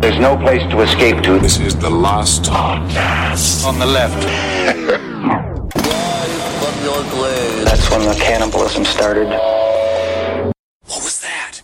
There's no place to escape to. This is the last On the left. That's when the cannibalism started. What was that?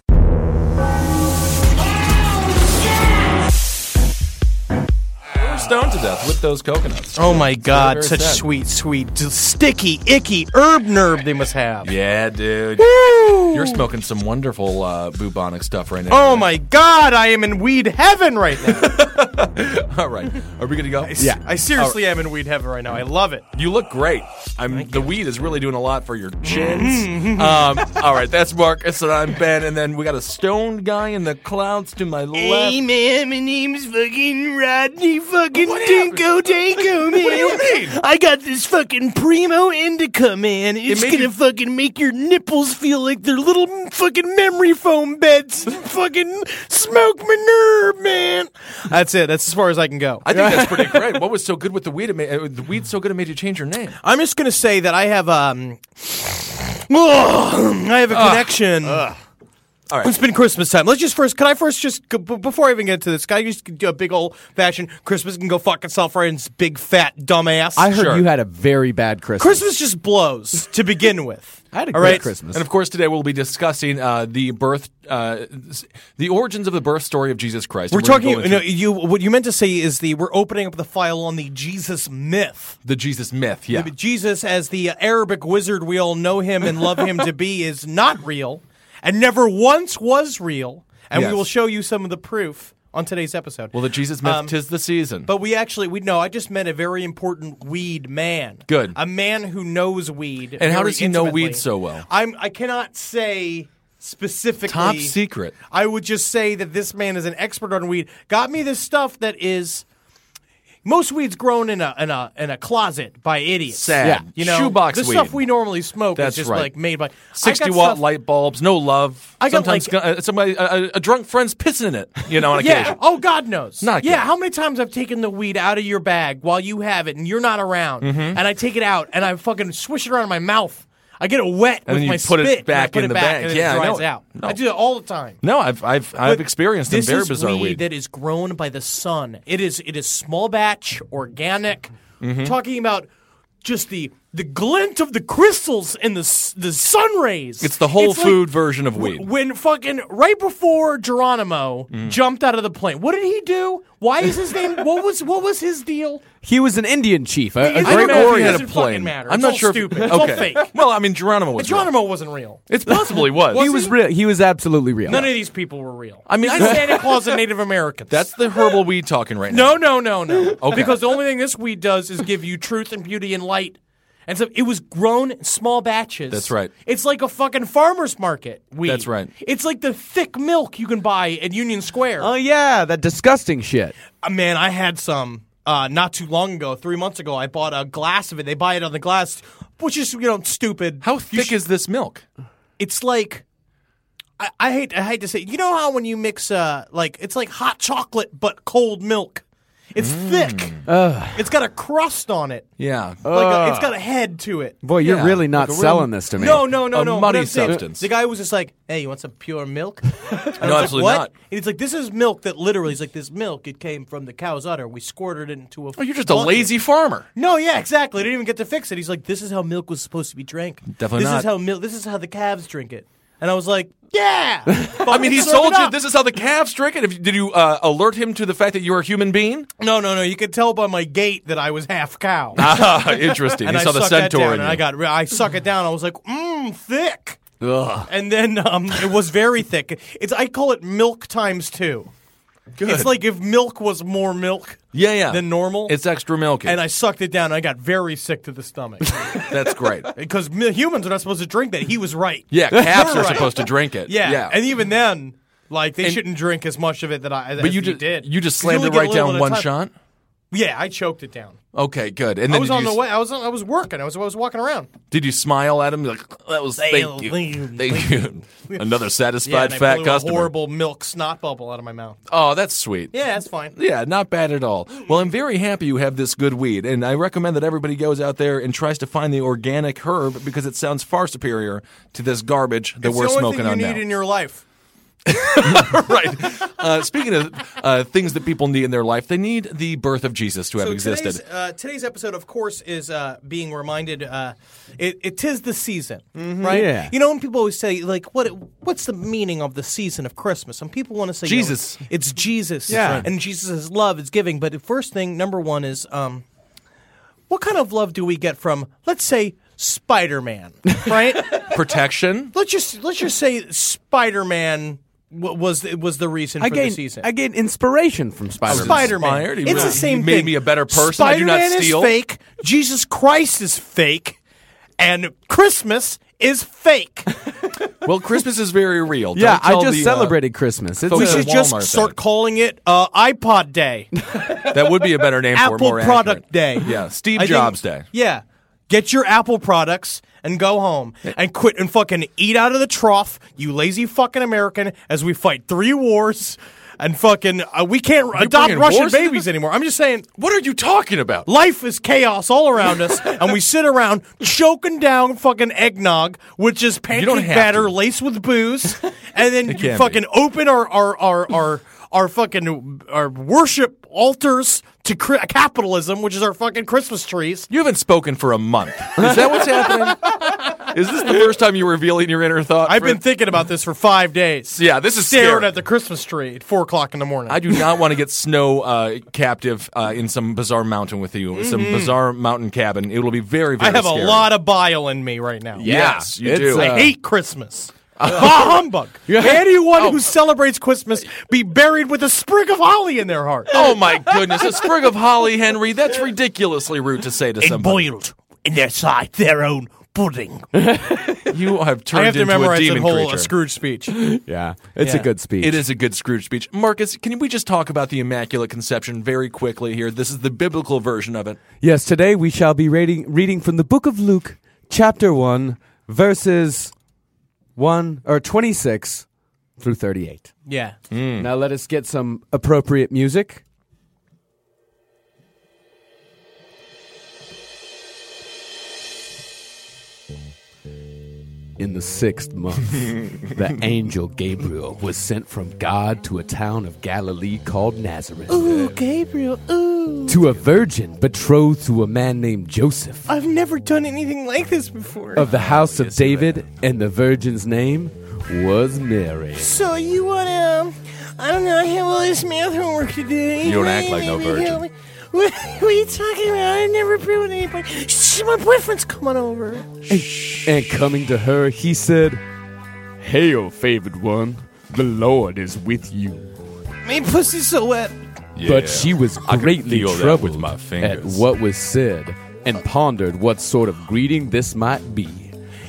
stoned to death with those coconuts. Oh my god, Very such sad. sweet, sweet, d- sticky, icky herb nerve they must have. Yeah, dude. Woo! You're smoking some wonderful uh, bubonic stuff right now. Oh my god, I am in weed heaven right now. All right. Are we going to go? I seriously am in weed heaven right now. I love it. You look great. I'm, the weed is really doing a lot for your Mm-hmm. chins. um, all right, that's Marcus, and I'm Ben, and then we got a stoned guy in the clouds to my left. man, my name's fucking Rodney fucking What happened? Dinko, man. What do you mean? I got this fucking primo indica, man. It's made you- fucking make your nipples feel like they're little fucking memory foam beds. fucking smoke my nerve, man. That's it. That's as far as I can go. I think that's pretty great. What was so good with the weed? It made, uh, the weed's so good it made you change your name. I'm just gonna say that I have um, I have a connection. All right. It's been Christmas time. Let's just first. Can I first just go- b- before I even get to this? Can I just do a big old fashioned Christmas can go fuck itself right in this big fat dumbass? I heard Sure. you had a very bad Christmas. Christmas just blows to begin with. I had a All great right? Christmas. And of course, today we'll be discussing uh, the birth, uh, s- the origins of the birth story of Jesus Christ. We're And gonna talking. go You into know, you what you meant to say is the we're opening up the file on the Jesus myth. the Jesus myth. Yeah. Jesus as the Arabic wizard we all know him and love him to be is not real and never once was real. And Yes. we will show you some of the proof on today's episode. Well, the Jesus myth, tis the season. Um, but we actually we know I just meant a very important weed man. Good. A man who knows weed. And how very does he know intimately. weed so well? I'm I cannot say specifically Top secret. I would just say that this man is an expert on weed. Got me this stuff that is most weeds grown in a in a in a closet by idiots. Sad. Yeah. You know, Shoebox the weed. stuff we normally smoke That's is just right. like made by I got 60 watt stuff- light bulbs, no love. I got, Sometimes like- uh, somebody, a, a- a drunk friend's pissing in it, you know, on Yeah. occasion. Oh, God knows. Not yeah. good. How many times I've taken the weed out of your bag while you have it and you're not around, Mm-hmm. and I take it out and I fucking swish it around in my mouth. I get it wet And with then you my put it spit. and I back put in it the back bag. And Yeah, it I dries know. out. No. I do it all the time. No, I've I've I've experienced them this very is bizarre weed, weed. that is grown by the sun. It is it is small batch, organic. Mm-hmm. Talking about just the the glint of the crystals and the s- the sun rays. It's the whole like food version of weed. Mm. when fucking right before Geronimo jumped out of the plane, what did he do? Why is his name? what was what was his deal? he was an Indian chief, a, a He's I don't great Geronimo know if he warrior. had a doesn't fucking plane. matter. I'm It's not all sure. stupid. If, It's all okay. fake. Well, I mean, Geronimo was. real. Geronimo wasn't real. It's possible he was. He was real. He was absolutely real. None of these people were real. I mean, I- Santa Claus and Native Americans. That's the herbal weed talking right now. No, no, no, no. okay. Because the only thing this weed does is give you truth and beauty and light. And so it was grown in small batches. That's right. It's like a fucking farmer's market weed. That's right. It's like the thick milk you can buy at Union Square. Oh yeah, that disgusting shit. Uh, man, I had some uh, not too long ago, three months ago. I bought a glass of it. They buy it on the glass, which is, you know, stupid. How You thick sh- is this milk? It's like. I, I hate I hate to say you know how when you mix uh like it's like hot chocolate but cold milk. It's Mm. thick. It's got a crust on it. Yeah. Like a, it's got a head to it. Boy, you're Yeah, really like not a real- selling this to me. No, no, no, A no. muddy What I'm saying- substance. The guy was just like, "Hey, you want some pure milk?" And I was No, like, absolutely what? not. And he's like, "This is milk that literally is like this milk. It came from the cow's udder. We squirted it into a." Oh, you're just a lazy farmer. No, yeah, exactly. They didn't even get to fix it. He's like, "This is how milk was supposed to be drank. Definitely this not. is how milk. This is how the calves drink it." And I was like, "Yeah." I mean, he sold you. This is how the calves drink it. If- Did you uh, alert him to the fact that you're a human being? No, no, no. You could tell by my gait that I was half cow. Ah, interesting. and he I saw the sucked centaur that down, in and you. I got re- I suck it down. I was like, mmm, thick. And then um, it was very thick. It's I call it milk times two. Good. It's like if milk was more milk yeah, yeah. than normal. It's extra milky. and I sucked it down. and I got very sick to the stomach That's great. because mi- humans are not supposed to drink that. He was right. Yeah, calves You're are right. supposed to drink it. Yeah. yeah. And even then, Like they And- shouldn't drink as much of it that I. But as you he just did. you just 'Cause slammed only it get a right little down at a one time. shot. Yeah, I choked it down. Okay, good. And then I was did on you the s- way. I was on, I was working. I was I was walking around. Did you smile at him? You're Like that was thank you, Thank thank you. Another Yeah, satisfied and I fat blew customer. A horrible milk snot bubble out of my mouth. Oh, that's sweet. Yeah, that's fine. Yeah, not bad at all. Well, I'm very happy you have this good weed, and I recommend that everybody goes out there and tries to find the organic herb because it sounds far superior to this garbage that it's we're the only smoking thing you on need now. in your life. right. Uh, speaking of uh, things that people need in their life, they need the birth of Jesus to have existed. Today's, uh, today's episode, of course, is uh, being reminded. Uh, it, it is the season, right? Mm-hmm. Yeah. You know, when people always say, like, what what's the meaning of the season of Christmas? And people want to say you know, Jesus. it's Jesus. Yeah. And Jesus' love is giving. But the first thing, number one, is um, what kind of love do we get from, let's say, Spider Man, right? Protection. let's just let's just say Spider Man was was the reason I for the gained, season. I gained inspiration Oh, from Spider-Man. Spider inspired. Man. He It's really- the same he thing. made me a better person. I do not Spider-Man steal. is fake. Jesus Christ is fake, and Christmas is fake. Well, Christmas is very real. Yeah, Don't I tell just the, uh, celebrated Christmas. It's We folks a- should Walmart just thing. start calling it uh, iPod Day, that would be a better name for it. Apple more Product accurate. Day. Yeah, Steve I think- Jobs Day. Yeah, get your Apple products and go home and quit and fucking eat out of the trough, you lazy fucking American. As we fight three wars. And fucking, uh, we can't adopt bringing Russian wars into babies this? anymore. I'm just saying, What are you talking about? Life is chaos all around us, and we sit around choking down fucking eggnog, which is don't pancake have batter to. laced with booze, and then can you be. fucking open our our our our our fucking our worship altars to cri- capitalism, which is our fucking Christmas trees. You haven't spoken for a month. Is that what's happening? Is this the first time you're revealing your inner thought? I've for- been thinking about this for five days. Yeah, this is staring scary. at the Christmas tree at four o'clock in the morning. I do not want to get snow uh, captive uh, in some bizarre mountain with you, some bizarre mountain cabin. It will be very, Mm-hmm. I very. have scary. a lot of bile in me right now. Yes, you It's, do. uh, I hate Christmas. bah humbug! Anyone Oh, who celebrates Christmas be buried with a sprig of holly in their heart. oh my goodness, a sprig of holly, Henry. That's ridiculously rude to say to somebody. boiled in their side their own pudding. You have I turned have to into a memorize that demon whole creature. uh, Scrooge speech. yeah, it's Yeah. a good speech. It is a good Scrooge speech. Marcus, can we just talk about the Immaculate Conception very quickly here? This is the biblical version of it. Yes, today we shall be reading reading from the book of Luke, chapter one, verses one or twenty six through thirty eight. Yeah. Now let us get some appropriate music. In the sixth month, the angel Gabriel was sent from God to a town of Galilee called Nazareth. Ooh, Oh, Gabriel. Ooh, To a virgin betrothed to a man named Joseph I've never done anything like this before. of the house of David, and the virgin's name was Mary. so you wanna? Um, I don't know. I have all this math homework to do. You don't act like no virgin. What, what are you talking about? I never ruined anybody. Shh, my boyfriend's coming over. And coming to her, he said, Hail, favored one, the Lord is with you. My pussy's so wet. But she was I could greatly feel that troubled with my at fingers. what was said, and pondered what sort of greeting this might be.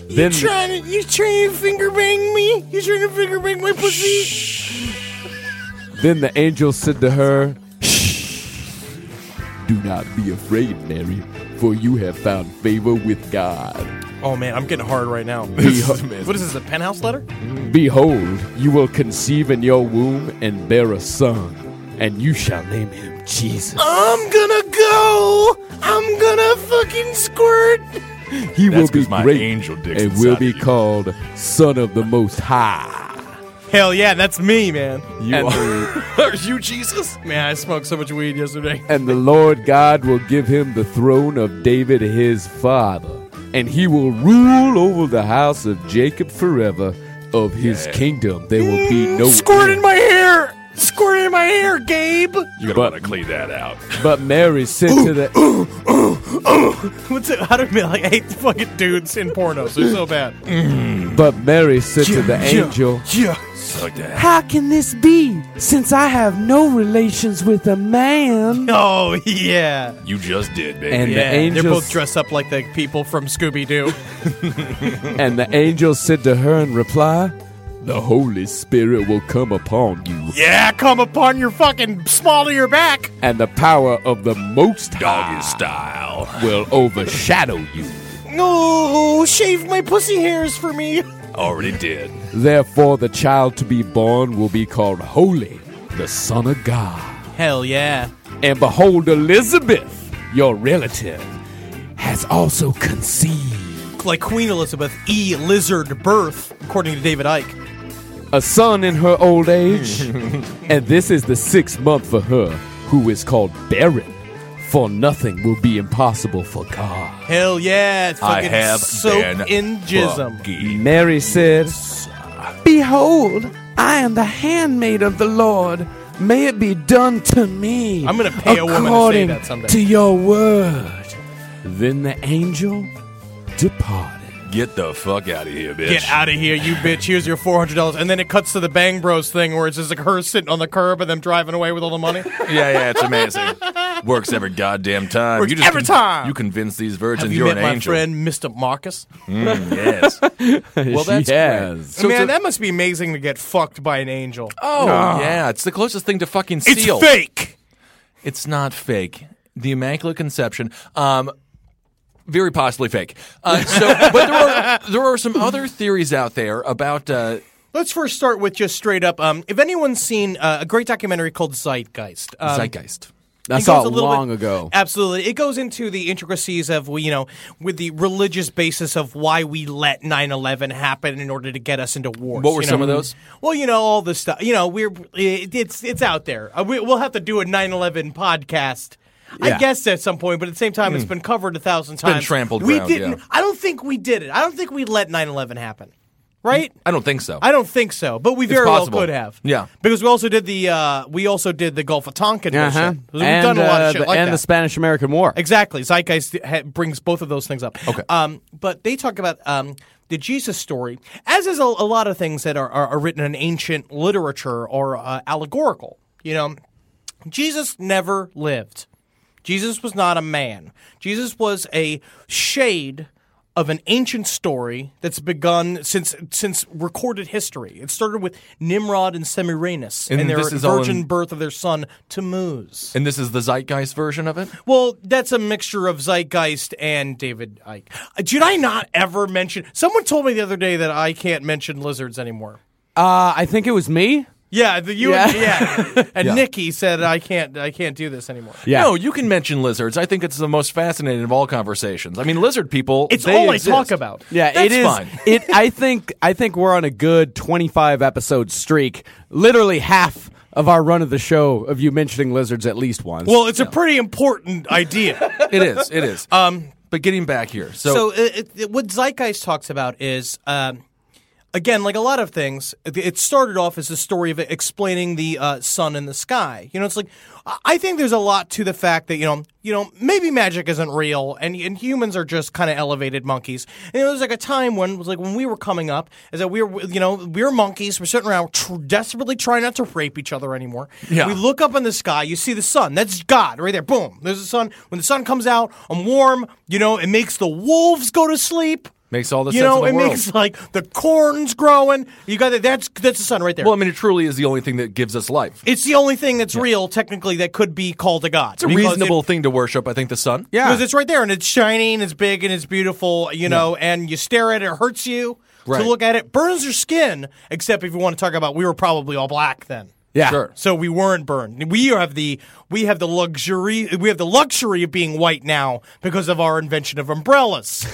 Then, you trying to you trying to finger bang me? You trying to finger bang my pussy? then the angel said to her, Shh, do not be afraid, Mary, for you have found favor with God. Oh man, I'm getting hard right now. Beho- What is this? A penthouse letter? Behold, you will conceive in your womb and bear a son, and you shall name him Jesus. I'm gonna go. I'm gonna fucking squirt. He will That's be 'cause my great angel dick's and will inside be of you. called Son of the Most High. Hell yeah, that's me, man. You And- are- Are you Jesus? Man, I smoked so much weed yesterday. and the Lord God will give him the throne of David his father, and he will rule over the house of Jacob forever. Of his kingdom there will be Mm, no Squirt in end. my hair. Squirt in my hair, Gabe. You're But- to clean that out. But Mary said to the What's it? How do we like? I hate fucking dudes in pornos. They're so bad. But Mary said to the angel Yeah. How can this be, since I have no relations with a man? Oh yeah. You just did, baby. And yeah. the angel, They're both dressed up like the people from Scooby Doo. and the angel said to her in reply, The Holy Spirit will come upon you, Yeah, come upon your fucking small of your back. and the power of the Most High style will overshadow you. No, shave my pussy hairs for me. Already did. Therefore, the child to be born will be called Holy, the Son of God. Hell yeah. And behold, Elizabeth, your relative, has also conceived Like Queen Elizabeth E. Lizard birth, according to David Icke. a son in her old age. and this is the sixth month for her, who is called barren. For nothing will be impossible for God. Hell yeah, it's I fucking have been soaked in jism. buggy. Mary said, Behold, I am the handmaid of the Lord. May it be done to me. I'm gonna pay a woman to say according that someday. To your word. Then the angel departed. Get the fuck out of here, bitch. Get out of here, you bitch. Here's your $400. And then it cuts to the Bang Bros thing where it's just like her sitting on the curb and them driving away with all the money. Yeah, yeah, it's amazing. Works every goddamn time. Works every time. You convince these virgins Have you are met an my angel. friend, Mr. Marcus? Mm, yes. Well, She that's great. has. So Man, it's a- that must be amazing to get fucked by an angel. Oh, yeah. It's the closest thing to fucking Ah. it's seal. fake. It's not fake. The Immaculate Conception. Um, very possibly fake. Uh, so, but there are there are some other theories out there about. Uh, Let's first start with just straight up. Um, if anyone's seen uh, a great documentary called Zeitgeist, um, Zeitgeist. I goes saw a it little long bit- ago. Absolutely. It goes into the intricacies of, well, you know, with the religious basis of why we let 9 11 happen in order to get us into wars. What were you some know? of those? Well, you know, all the stuff. You know, we're it, it's it's out there. Uh, we, we'll have to do a 9 11 podcast. I Yeah. guess at some point, but at the same time, it's been covered a 1000 times. Hmm. trampled We ground, didn't. yeah. I don't think we did it. I don't think we let 9 11 happen. Right? I don't think so. I don't think so, but we very well possible. could have. Yeah. because we also did the uh, we also did the Gulf of Tonkin Uh-huh. bullshit. We've done a lot uh, of shit the, like and that. the Spanish American War. exactly, Zeitgeist ha- brings both of those things up. Okay. um, but they talk about um, the Jesus story, as is a, a lot of things that are, are, are written in ancient literature or uh, allegorical. You know, Jesus never lived. Jesus was not a man. Jesus was a shade of an ancient story that's begun since since recorded history. It started with Nimrod and Semiramis and, And their this is all virgin in- birth of their son Tammuz. And this is the Zeitgeist version of it. Well, that's a mixture of Zeitgeist and David Icke. Uh, Did I not ever mention? Someone told me the other day that I can't mention lizards anymore. Uh, I think it was me. Yeah, the you Yeah. and, yeah. and Nikki said I can't I can't do this anymore. Yeah. No, you can mention lizards. I think it's the most fascinating of all conversations. I mean, lizard people. It's they all exist. I talk about. Yeah, That's it is. fine. It. I think. I think we're on a good twenty-five episode streak. Literally half of our run of the show of you mentioning lizards at least once. Well, it's a pretty important idea. It is. It is. Um, but getting back here. So, So, uh, it, it, what Zeitgeist talks about is, um, again, like a lot of things, it- it started off as a story of explaining the uh, sun in the sky. You know, it's like I- I think there's a lot to the fact that you know, you know, maybe magic isn't real, and and humans are just kind of elevated monkeys. And there was like a time when it was like when we were coming up, is that we were you know we were monkeys, we're sitting around tr- desperately trying not to rape each other anymore. Yeah. We look up in the sky, you see the sun. That's God right there. Boom. There's the sun. When the sun comes out, I'm warm. You know, it makes the wolves go to sleep. Makes all the you sense know, in the it world. makes like the corn's growing. You got that. That's that's the sun right there. well, I mean, it truly is the only thing that gives us life. it's the only thing that's real, technically, that could be called a god. It's a reasonable thing to worship. I think the sun. Yeah. because it's right there and it's shiny and it's big and it's beautiful, you know, and you stare at it, it hurts you Right. to look at it, burns your skin, except if you want to talk about we were probably all black then. yeah. Sure. So we weren't burned. We have the we have the luxury we have the luxury of being white now because of our invention of umbrellas.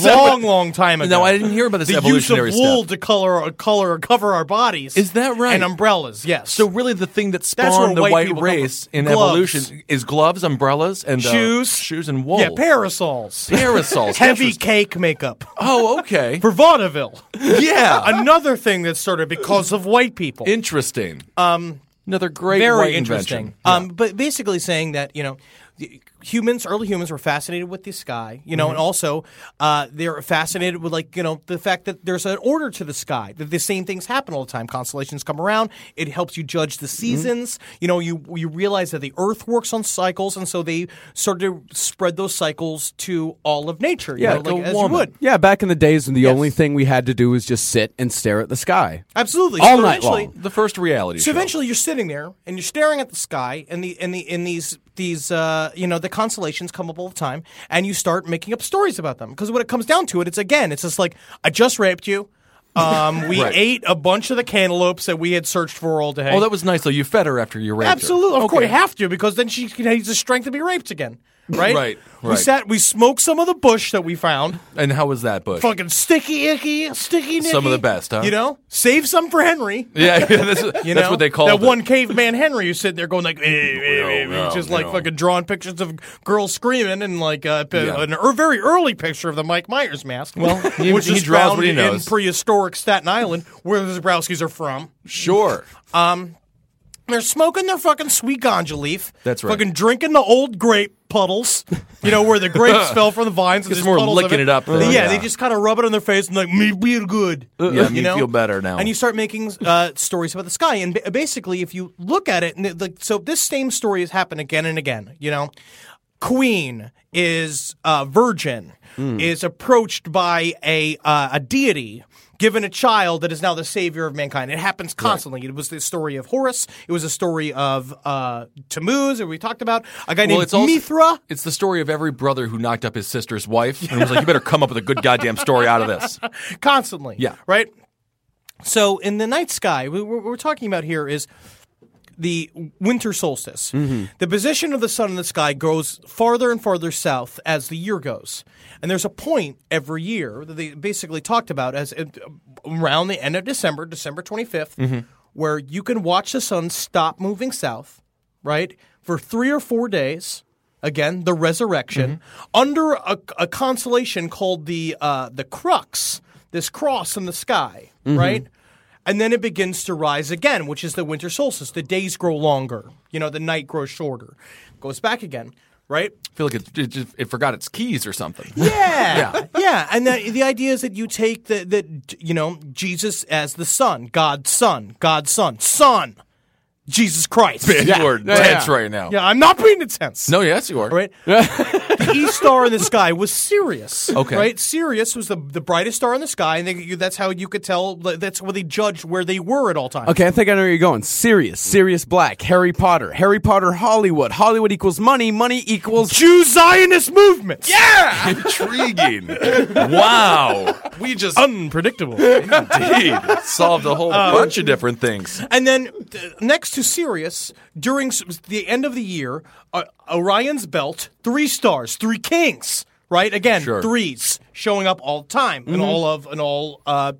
long, long time ago. No, I didn't hear about this The evolutionary use of wool step. to color, color, cover our bodies. Is that right? And umbrellas, yes. So really, the thing that where spawned the white white people come race from. in Gloves. evolution is gloves, umbrellas, and uh, Shoes. shoes, and wool. yeah, parasols, Parasols. heavy Interesting. cake makeup Oh, okay. for vaudeville. yeah. Another thing that started because of white people. Interesting. Um, another great very white interesting. Uh, invention. Um, but basically saying that you know, the- humans, early humans, were fascinated with the sky, you know, Mm-hmm. and also uh, they're fascinated with like you know the fact that there's an order to the sky, that the same things happen all the time. Constellations come around. It helps you judge the Mm-hmm. seasons. You know, you you realize that the Earth works on cycles, and so they started to spread those cycles to all of nature. you Yeah, know, like like, a as woman. you would. Yeah, back in the days when the only thing we had to do was just sit and stare at the sky. Absolutely, All So night eventually- long. The first reality So show. eventually, you're sitting there and you're staring at the sky, and the and the and these these uh, you know the constellations come up all the time, and you start making up stories about them because when it comes down to it, it's again, it's just like I just raped you. Um, we ate a bunch of the cantaloupes that we had searched for all day. Oh, that was nice though. You fed her after you raped Absolutely, her. of course Okay. you have to because then she can has the strength to be raped again, right? Right, We right. sat, we smoked some of the bush that we found, And how was that bush? fucking sticky icky, sticky. Nicky, Some of the best, huh? You know, save some for Henry. Yeah, yeah that's, that's You know? what they call that it. one caveman Henry who's sitting there going like, eh, eh, eh, no, just like no. fucking drawing pictures of girls screaming and like uh, p- Yeah. an, a very early picture of the Mike Myers mask. Well, he- which he is draws found what he in knows. prehistoric Staten Island, where the Zabrowskis are from. Sure. They're smoking their fucking sweet ganja leaf. That's right. Fucking drinking the old grape puddles. You know where the grapes fell from the vines. and It's there's more puddles of licking it up than- yeah, yeah. they just kind of rub it on their face and like me feel good. Yeah, me feel better now. And you start making uh, stories about the sky. And ba- basically, if you look at it, and it- like so, this same story has happened again and again. You know, Queen is uh, virgin Hmm. is approached by a uh, a deity. Given a child that is now the savior of mankind, it happens constantly. It was the story of Horus. It was a story of uh, Tammuz, that we talked about. A guy named Mithra. It's the story of every brother who knocked up his sister's wife and was like, "You better come up with a good goddamn story out of this." constantly. Yeah. Right? So in the night sky, we, what we're talking about here is the winter solstice. The position of the sun in the sky goes farther and farther south as the year goes. And there's a point every year that they basically talked about as uh, around the end of December, December 25th, where you can watch the sun stop moving south, right? For three or four days. Again, the resurrection under a, a constellation called the uh, the crux, this cross in the sky, right? And then it begins to rise again, which is the winter solstice. The days grow longer. You know, the night grows shorter. Goes back again, right? I feel like it, it, just, it forgot its keys or something. Yeah. yeah. And the, the idea is that you take the, the, you know, Jesus as the son, God's son, God's son, son, Jesus Christ. You are tense right now. Yeah, I'm not being intense. No, yes, you are. Right? the E star in the sky was Sirius. Okay. Right? Sirius was the, the brightest star in the sky, and they, that's how you could tell, that's where they judged where they were at all times. Okay, I think I know where you're going. Sirius, Sirius Black, Harry Potter, Harry Potter, Hollywood. Hollywood equals money, money equals. Jew Zionist movements. Yeah. Intriguing. wow. We just unpredictable. indeed solved a whole bunch of different things. and Uh, then th- next to Sirius, during s- the end of the year, uh, Orion's belt, three stars, three kings. Right again, Sure. threes showing up all the time in all of in all uh,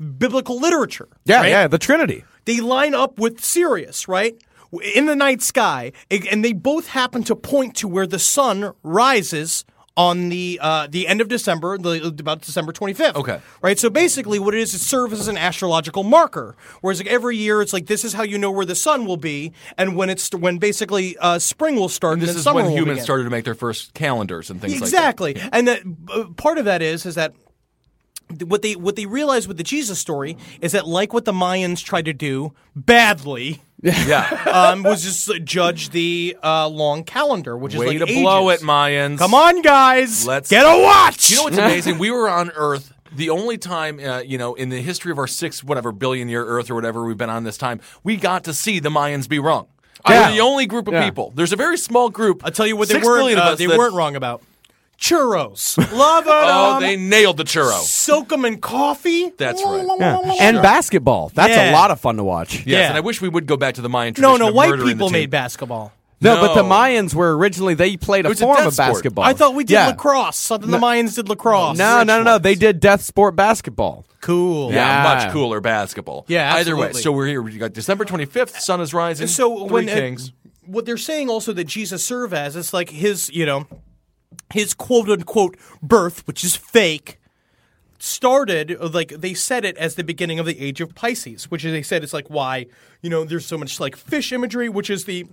biblical literature. Yeah, right? yeah, the Trinity. they line up with Sirius, right? W- In the night sky, a- and they both happen to point to where the sun rises on the uh, the end of December, the, about December 25th. Okay. Right? So basically, what it is, it serves as an astrological marker. Whereas like, every year, it's like this is how you know where the sun will be, and when it's when basically uh, spring will start. And This then is summer when will humans begin. started to make their first calendars and things Exactly, like that. and that uh, part of that is is that th- what they what they realized with the Jesus story is that like what the Mayans tried to do badly. Yeah. um, was just uh, judge the uh, long calendar, which Way is like to blow it, ages. Mayans. Come on, guys, Let's- get a watch. You know what's amazing? we were on Earth the only time, uh, you know, in the history of our six, whatever, billion year Earth or whatever we've been on this time, we got to see the Mayans be wrong. Yeah. We're the only group of Yeah. people. There's a very small group. I'll tell you what they six weren't billion of uh, us they that- weren't wrong about churros. Love them. Oh, they nailed the churro. soak them in coffee. That's right. Yeah. And basketball. That's Yeah. a lot of fun to watch. Yes, Yeah. and I wish we would go back to the Mayan No, tradition. no, of white murdering the people team. made basketball. No, but the No. Mayans were originally, they played a was a form death of sport. basketball. I thought we did Yeah. lacrosse. Something the Mayans did lacrosse. No, no, no, no. They did death sport basketball. cool. Yeah, Yeah. much cooler basketball. Yeah, either way. absolutely. So we're here. We got December 25th. Sun is rising. So Three when uh, kings. what they're saying also that Jesus served as it's like his you know his quote unquote birth, which is fake, started uh, like they said it as the beginning of the age of Pisces, which they said is like why you know there's so much like fish imagery, which is the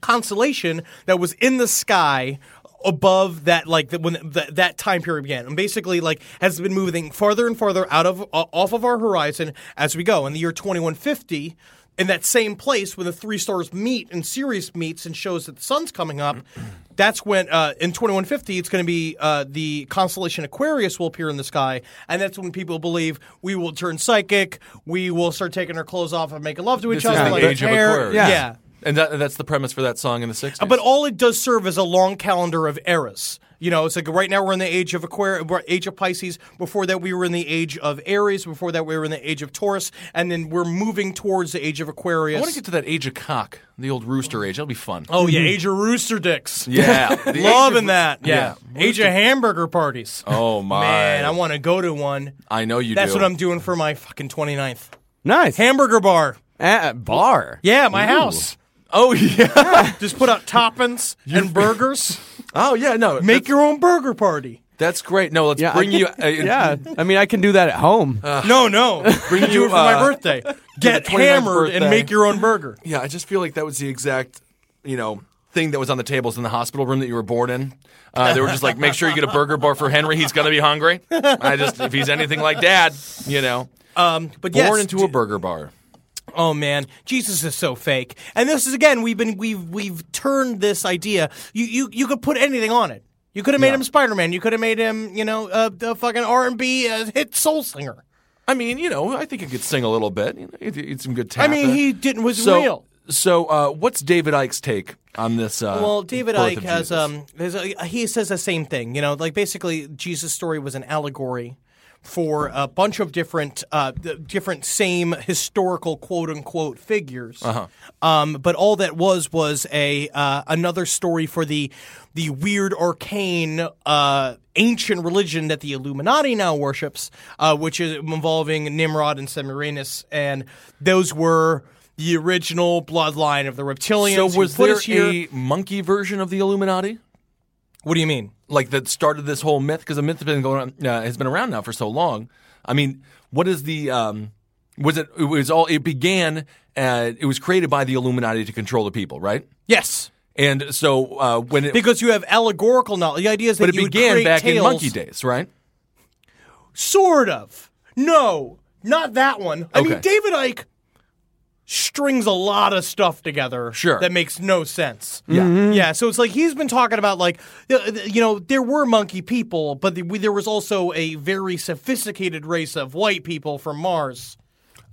constellation that was in the sky above that like that when that that time period began and basically like has been moving farther and farther out of uh, off of our horizon as we go in the year 2150 in that same place where the three stars meet and Sirius meets and shows that the sun's coming up that's when uh, in 2150 it's going to be uh, the constellation aquarius will appear in the sky and that's when people believe we will turn psychic we will start taking our clothes off and making love to each This is the other like age of air- Aquarius. yeah. And that, that's the premise for that song in the 60s. But all it does serve is a long calendar of eras. You know, it's like right now we're in the age of Aquarius, age of Pisces. Before that, we were in the age of Aries. Before that, we were in the age of Taurus, and then we're moving towards the age of Aquarius. I want to get to that age of cock, the old rooster age. That'll be fun. oh yeah, age of rooster dicks. yeah. The age Loving of- that. Yeah, Yeah. age of hamburger parties. Oh, my. man, I want to go to one. I know you That's do. what I'm doing for my fucking 29th Nice. hamburger bar. At bar. Yeah, my house. Oh, yeah. Just put out toppings and burgers. Oh, yeah. No. Make your own burger party. That's great. No, let's bring I- you. Uh, yeah, I mean, I can do that at home. No, no. Bring do you, it for my uh, birthday. Get 29th hammered and birthday. make your own burger. Yeah, I just feel like that was the exact, you know, thing that was on the tables in the hospital room that you were born in. Uh, they were just like, make sure you get a burger bar for Henry. He's gonna be hungry. I just, if he's anything like Dad, you know, But born yes, into a burger bar. oh man, Jesus is so fake. And this is again, we've been we've we've turned this idea. You you you could put anything on it. You could have made him Spider Man. You could have made him, you know, a, a fucking R and B uh, hit soul singer. I mean, you know, I think he could sing a little bit. You know, he'd, he'd some good I tap. mean, there. he didn't was so, real. So, uh, what's David Ike's take on this? Uh, Well, David birth Icke of has Jesus? um, there's a, he says the same thing. You know, like basically, Jesus' story was an allegory for a bunch of different, uh, th- different same historical quote unquote figures. Uh-huh. Um, but all that was was a uh, another story for the the weird arcane. Uh, Ancient religion that the Illuminati now worships, uh, which is involving Nimrod and Semiramis, and those were the original bloodline of the reptilians. So who was put there us here. a monkey version of the Illuminati? What do you mean? like that started this whole myth because the myth has been going on, uh, has been around now for so long. I mean, what is the um, was it? It was all it began. Uh, it was created by the Illuminati to control the people, right? Yes. And so uh, when it Because you have allegorical knowledge. The idea is that but it you would began create back in tales- monkey days, right? Sort of. No, not that one. I mean, Okay. David Icke strings a lot of stuff together Sure. that makes no sense. Yeah. Mm-hmm. Yeah, so it's like he's been talking about like uh, you know there were monkey people, but the, we, there was also a very sophisticated race of white people from Mars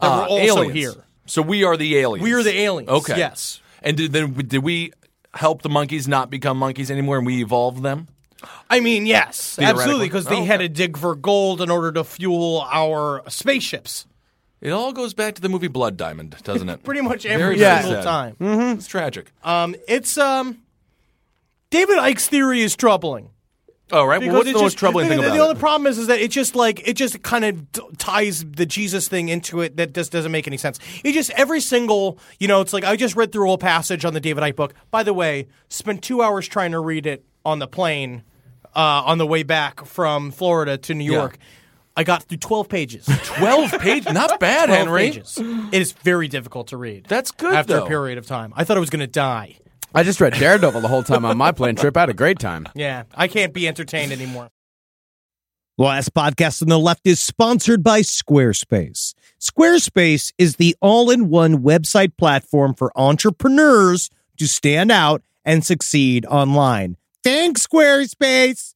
that were Uh, also aliens. here. So we are the aliens. We are the aliens, Okay. yes. And did, then did we help the monkeys not become monkeys anymore, and we evolved them? I mean, yes, absolutely, Theoretically. because they Oh, had okay. to dig for gold in order to fuel our spaceships. It all goes back to the movie Blood Diamond, doesn't it? pretty much every Very sad. single time. It's tragic. Um, it's um, David Icke's theory is troubling. all right. Well, because what's the it's most just- troubling the, thing the, about the it? only problem is, is that it just like it just kind of d- ties the Jesus thing into it that just doesn't make any sense. It just every single you know, it's like I just read through a whole passage on the David Icke book. By the way, spent two hours trying to read it on the plane uh, on the way back from Florida to New Yeah. York. I got through twelve pages. 12 pages. Not bad, 12 Henry. pages. It is very difficult to read. That's good, After though. a period of time, I thought I was going to die. I just read Daredevil the whole time on my plane trip. I had a great time. Yeah, I can't be entertained anymore. Last podcast on the left is sponsored by Squarespace. Squarespace is the all in one website platform for entrepreneurs to stand out and succeed online. Thanks, Squarespace.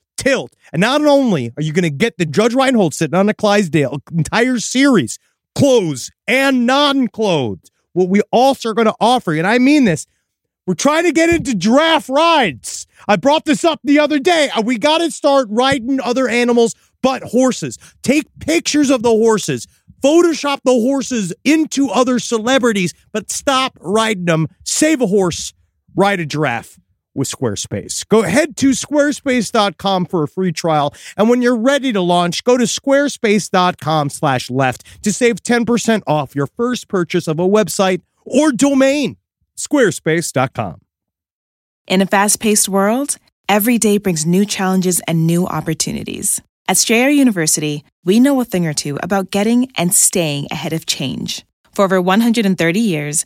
tilt. And not only are you going to get the Judge Reinhold sitting on a Clydesdale entire series, clothes and non clothes, what we also are going to offer you, and I mean this, we're trying to get into draft rides. I brought this up the other day. Uh, We got to start riding other animals but horses. Take pictures of the horses, Photoshop the horses into other celebrities, but stop riding them. Save a horse, ride a giraffe with Squarespace. Go head to squarespace.com for a free trial. And when you're ready to launch, go to squarespace.com slash left to save 10% off your first purchase of a website or domain. Squarespace.com. In a fast paced world, every day brings new challenges and new opportunities. At Strayer University, we know a thing or two about getting and staying ahead of change. For over 130 years,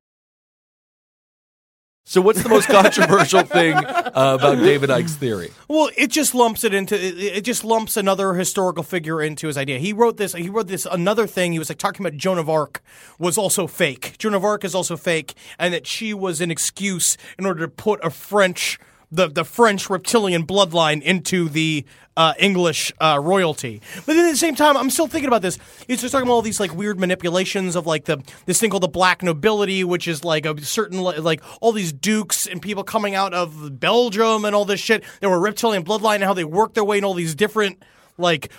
So, what's the most controversial thing uh, about David Icke's theory? Well, it just lumps it into it, it just lumps another historical figure into his idea. He wrote this. He wrote this another thing. He was like talking about Joan of Arc was also fake. Joan of Arc is also fake, and that she was an excuse in order to put a French the the French reptilian bloodline into the uh, English uh, royalty. But then at the same time, I'm still thinking about this. It's just talking about all these like weird manipulations of like the this thing called the Black Nobility, which is like a certain li- like all these dukes and people coming out of Belgium and all this shit. They were reptilian bloodline and how they worked their way in all these different. Like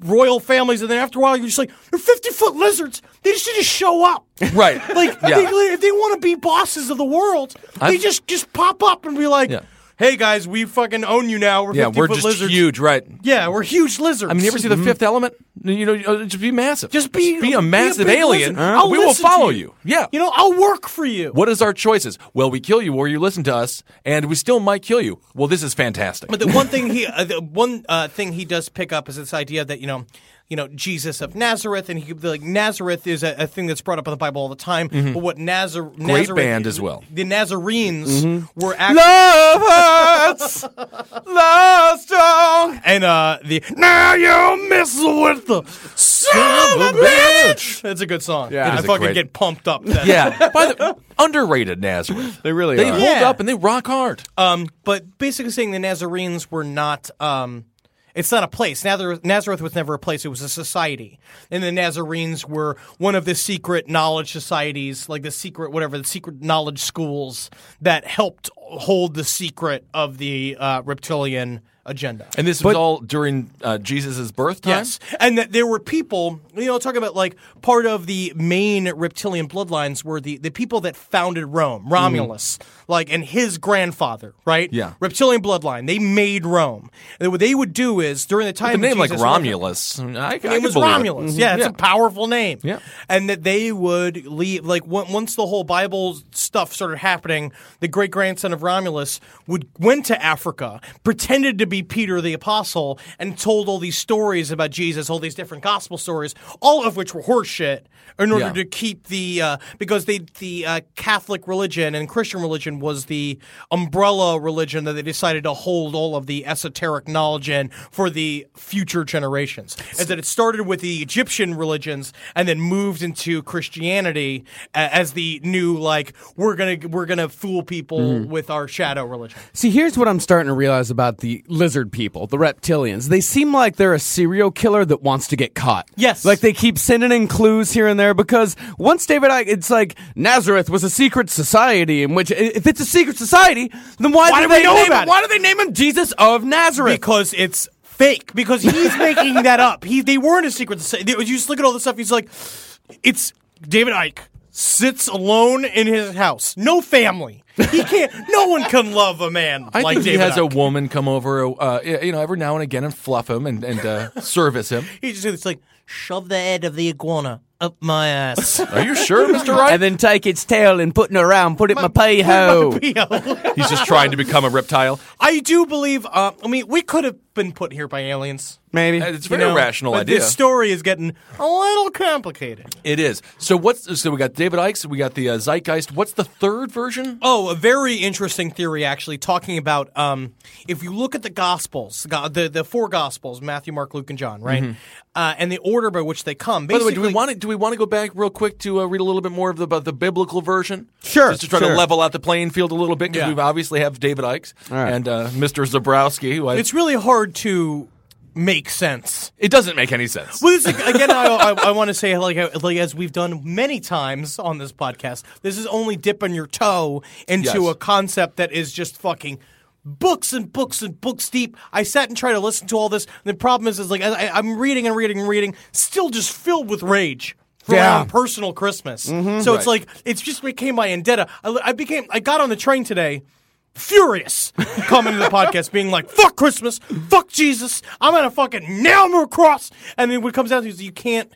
royal families, and then after a while, you're just like they're fifty foot lizards. They just need to show up, Right. Like Yeah. they, if they want to be bosses of the world, they I've- just just pop up and be like, Yeah. "Hey guys, we fucking own you now. We're Yeah, 50 we're foot just lizards. huge, right? Yeah, we're huge lizards. Mm-hmm. I mean, you ever see the Fifth Element? You know, uh, just be massive. Just be, be be a a massive big alien. lizard. I'll we will listen to follow you. you. Yeah. You know, I'll work for you. What is our choices? Well, we kill you, or you listen to us, and we still might kill you. Well, this is fantastic. But the one thing he, uh, the one uh, thing he does pick up is this idea that you know, you know, Jesus of Nazareth, and he like Nazareth is a, a thing that's brought up in the Bible all the time. But what Nazar, Great Nazareth, Mm-hmm. band as well. Mm-hmm. The Nazarenes were actually. Love hurts. Love strong. and uh, the Now you miss with the son of a bitch. that's a good song. It I is a fucking great- get pumped up. Then. Yeah. By the underrated Nazareth. They really They are. hold Yeah. up and they rock hard. Um, but basically saying the Nazarenes were not. Um, it's not a place. Nazareth, Nazareth was never a place. It was a society, and the Nazarenes were one of the secret knowledge societies, like the secret whatever, the secret knowledge schools that helped hold the secret of the uh, reptilian agenda. and this was all during uh, Jesus' birth time. Yes, and that there were people. You know, talk about like part of the main reptilian bloodlines were the the people that founded Rome, Mm. Romulus, like and his grandfather, right? Yeah. reptilian bloodline. They made Rome. And what they would do is during the The time name of like Jesus, Romulus. I, I It could was believe Mm-hmm. Romulus. Yeah, it's a powerful name. Yeah. and that they would leave. Like on- once the whole Bible stuff started happening, the great grandson of Romulus would went to Africa, pretended to be Peter the apostle, and told all these stories about Jesus, all these different gospel stories, all of which were horseshit, in order Yeah. to keep the uh, because they the uh, Catholic religion and Christian religion was the umbrella religion that they decided to hold all of the esoteric knowledge in for the future generations. And that it started with the Egyptian religions and then moved into Christianity a- as the new like we're gonna we're gonna fool people with our shadow religion. See, here's what I'm starting to realize about the lizard people, the reptilians. They seem like they're a serial killer that wants to get caught. Yes. Like they keep sending in clues here and there because once David Icke, it's like Nazareth was a secret society in which, if it's a secret society, then why, Why do do we they know name about him, it? Why do they name him Jesus of Nazareth? because it's fake. Because he's making that up. He they weren't a secret society. You just look at all this stuff. He's like, it's David Icke sits alone in his house, no family. He can't. no one can love a man I like think he David has a Icke. woman come over, uh, you know, every now and again and fluff him and, and uh, service him. He just it's like shove the head of the iguana up my ass. Are you sure, Mr. Wright? and then take its tail and putting it around, put it in my pay What about hole. the PO? He's just trying to become a reptile. I do believe. Uh, I mean, we could have been put here by aliens. Maybe. Uh, It's a You very know, rational but idea. This story is getting a little complicated. It is. So what's so we got David Icke, we got the uh, Zeitgeist. What's the third version? Oh, a very interesting theory, actually, talking about um, if you look at the Gospels, go- the, the four Gospels, Matthew, Mark, Luke, and John, right? Uh, and the order by which they come. Mm-hmm. By the way, do we Basically- want to do we want to go back real quick to uh, read a little bit more of the about the biblical version? Sure, Just to try sure. to level out the playing field a little bit because Yeah. we obviously have David Icke and uh, Mr. Zabrowski. Who I, It's really hard to make sense. it doesn't make any sense. Well, this is, again, I, I, I want to say, like, I- like, as we've done many times on this podcast, this is only dipping your toe into Yes. a concept that is just fucking books and books and books deep. I sat and tried to listen to all this. And the problem is, is like, I, I- I'm reading and reading and reading, still just filled with rage. For Yeah. my own personal Christmas, so it's like it's just became my vendetta. I, I became, I got on the train today, furious coming to the podcast being like, fuck Christmas, fuck Jesus, I'm gonna fucking nail him across. And then what comes down to is you can't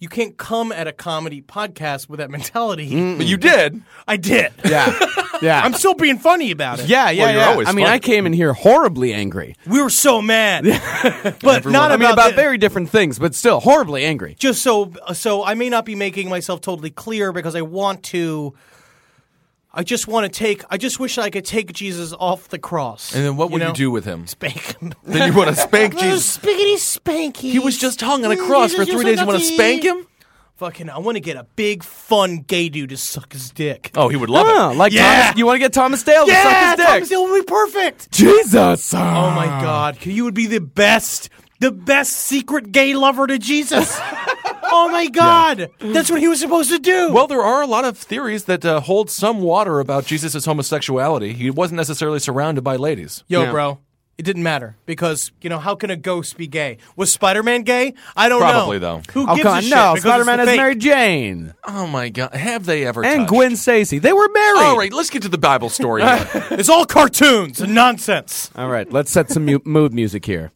you can't come at a comedy podcast with that mentality. but you did. I did. Yeah. Yeah. I'm still being funny about it. yeah, yeah, Well, you're yeah. always I mean, funny. I came in here horribly angry. We were so mad. but not I mean, about thi- very different things, but still horribly angry. just so so I may not be making myself totally clear because I want to I just want to take I just wish I could take Jesus off the cross. And then what would you, know? do with him? Spank him. Then you want to spank Jesus? Spiggity spanky. Mm, He was just hung on a cross for three days. You want to spank him? Fucking, I want to get a big, fun gay dude to suck his dick. Oh, he would love Huh, it. like Yeah. Thomas, you want to get Thomas Dale to suck his dick? Thomas, it would be perfect. Jesus. Oh my Ah. god, you would be the best, the best secret gay lover to Jesus. oh my god, that's what he was supposed to do. Well, there are a lot of theories that uh, hold some water about Jesus' homosexuality. He wasn't necessarily surrounded by ladies. yo, bro. It didn't matter because you know how can a ghost be gay? Was Spider-Man gay? I don't Probably, know. though. Who Oh, gives come a on. shit? No, because it's Spider Man the has fake. Mary Jane Oh my God! Have they ever? and touched? Gwen Stacy. They were married. All right, let's get to the Bible story. here. It's all cartoons and nonsense. All right, let's set some mu- mood music here.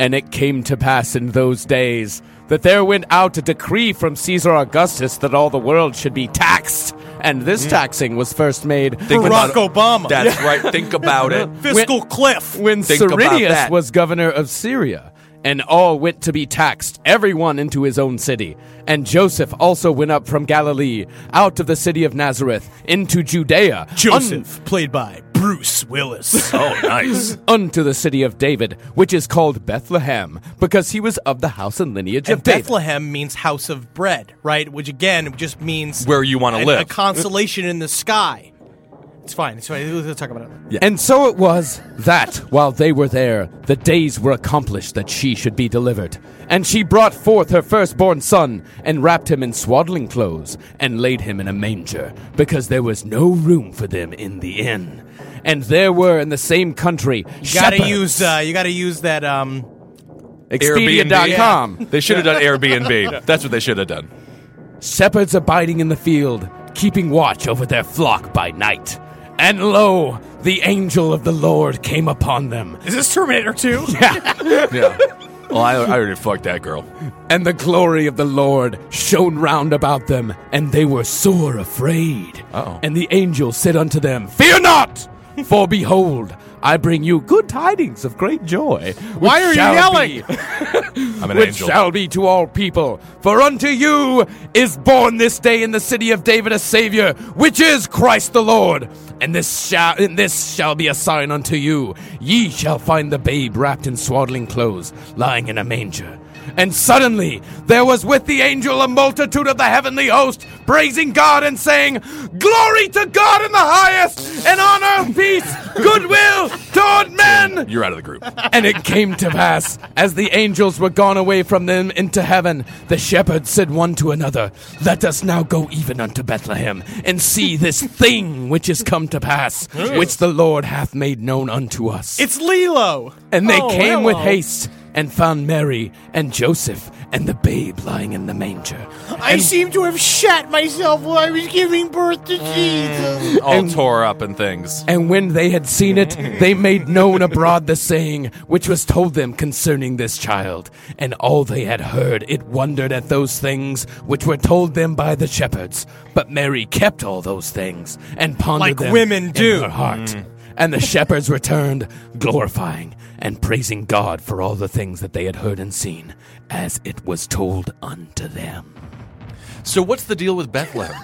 And it came to pass in those days that there went out a decree from Caesar Augustus that all the world should be taxed. And this Mm. taxing was first made Think about Barack it. Obama, That's right. Think about it. fiscal cliff. when Think about Cyrenius that. was governor of Syria. And all went to be taxed, everyone into his own city. And Joseph also went up from Galilee, out of the city of Nazareth, into Judea, un- Joseph, played by Bruce Willis. Oh, nice. unto the city of David, which is called Bethlehem, because he was of the house and lineage and of David. Bethlehem means house of bread, right? Which again just means Where you wanna a- live. A constellation in the sky. It's fine. It's fine. Let's talk about it. later. And so it was that, while they were there, the days were accomplished that she should be delivered. And she brought forth her firstborn son, and wrapped him in swaddling clothes, and laid him in a manger, because there was no room for them in the inn. And there were in the same country You gotta shepherds. use. Uh, you gotta use that. Um, Expedia.com. They should have done Airbnb. That's what they should have done. shepherds abiding in the field, keeping watch over their flock by night. And lo, the angel of the Lord came upon them, is this Terminator Two? Yeah. Well, I, I already fucked that girl. and the glory of the Lord shone round about them, and they were sore afraid. Uh-oh. And the angel said unto them, Fear not, for behold, I bring you good tidings of great joy. Why are you yelling? I'm an which angel. shall be to all people. For unto you is born this day in the city of David a Savior, which is Christ the Lord. And this shall and this shall be a sign unto you: ye shall find the babe wrapped in swaddling clothes, lying in a manger. And suddenly there was with the angel a multitude of the heavenly host, praising God and saying, Glory to God in the highest, and on earth peace, goodwill toward men. You're out of the group. And it came to pass, as the angels were gone away from them into heaven, the shepherds said one to another, Let us now go even unto Bethlehem, and see this thing which is come to pass, which the Lord hath made known unto us. it's Lilo. and they Oh, came with hello. haste, and found Mary, and Joseph, and the babe lying in the manger. I seem to have shat myself while I was giving birth to Mm. Jesus. All tore up and things. And when they had seen it, they made known abroad the saying which was told them concerning this child. And all they had heard, it wondered at those things which were told them by the shepherds. But Mary kept all those things and pondered Like them women do. in her heart. And the shepherds returned, glorifying and praising God for all the things that they had heard and seen, as it was told unto them. So what's the deal with Bethlehem?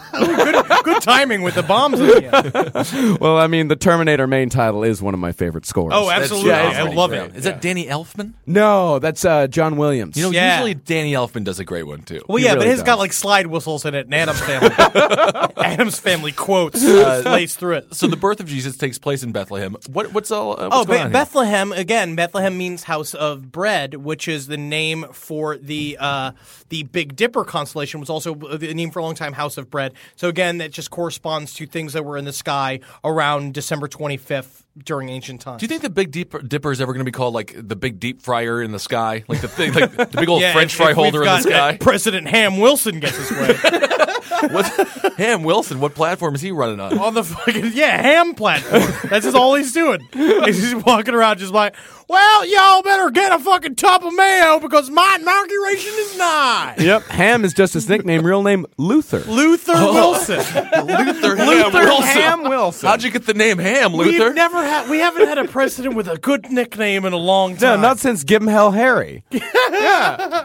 Good timing with the bombs. in the end. Well, I mean, the Terminator main title is one of my favorite scores. Oh, absolutely! yeah, it's I pretty love great. it. Is that Danny Elfman? no, that's uh, John Williams. You know, Yeah. usually Danny Elfman does a great one too. Well, yeah, but really his does. got like slide whistles in it, and Adam's family. Adam's family quotes uh, laced through it. So the birth of Jesus takes place in Bethlehem. What, what's all? Uh, what's Oh, going Be- on here? Bethlehem again. Bethlehem means house of bread, which is the name for the uh, the Big Dipper constellation. Was also the name for a long time, House of Bread. So again, that just corresponds to things that were in the sky around December twenty fifth during ancient times. Do you think the Big Deep Dipper is ever going to be called like the Big Deep Fryer in the sky, like the thing, like the big old Yeah, French if- fry if holder in we've the got, uh, sky? President Ham Wilson gets his way What's Ham Wilson? What platform is he running on? on the fucking yeah ham platform. That's just all he's doing. He's just walking around, just like, well, y'all better get a fucking tub of mayo because my inauguration is nigh. Yep, Ham is just his nickname, real name Luther. Luther Oh. Wilson. Luther Ham Luther Wilson. Ham Wilson. How'd you get the name Ham Luther? We've never had. We haven't had a president with a good nickname in a long No, time. not since Give him Hell Harry.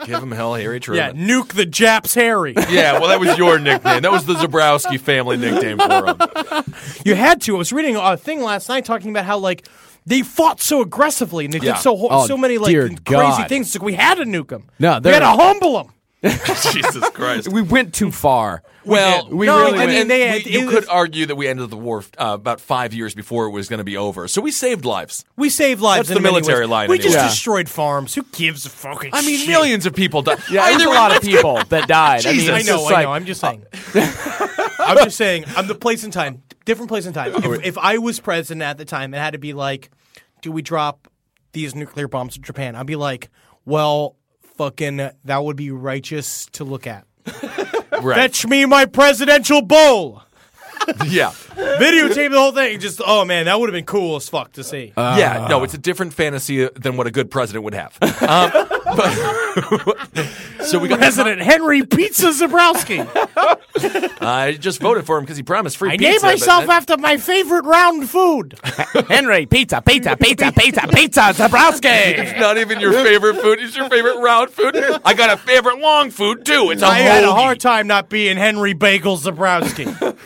Give him hell, Harry yeah. Truman. Nuke the Japs, Harry. Yeah, well, that was your nickname. That was the Zabrowski family nickname for him. you had to. I was reading a thing last night talking about how like they fought so aggressively and they Yeah. did so ho- Oh, so many like dear crazy God. things. It's like we had to nuke them. No, we they're- had to humble them. Jesus Christ. We went too far. Well, did. No, I went. mean, And they we- had- you it could was- argue that we ended the war uh, about five years before it was going to be over. So we saved lives. We saved lives. That's in the many military ways. line We anyway. just Yeah. destroyed farms. Who gives a fucking? I mean, shit? millions of people died. Yeah, Either there's a way, lot of let's go- people that died. Jesus, I I, mean, it's know, just I like- know. I'm just saying. I'm just saying. I'm the place and time, different place and time. If, if I was president at the time, it had to be like, do we drop these nuclear bombs in Japan? I'd be like, well, fucking, that would be righteous to look at. Right. Fetch me my presidential bowl. Yeah. Videotape the whole thing. Just oh man, that would have been cool as fuck to see. yeah, Ah. no, it's a different fantasy uh, than what a good president would have. Um, but, so we got President Henry Pizza Zabrowski. I just voted for him because he promised free I pizza. named but myself that- after my favorite round food. Henry, pizza, pizza, pizza, pizza, pizza, Zabrowski! It's not even your favorite food. It's your favorite round food. I got a favorite long food too. It's a I had a hoagie. hard time not being Henry Bagel Zabrowski.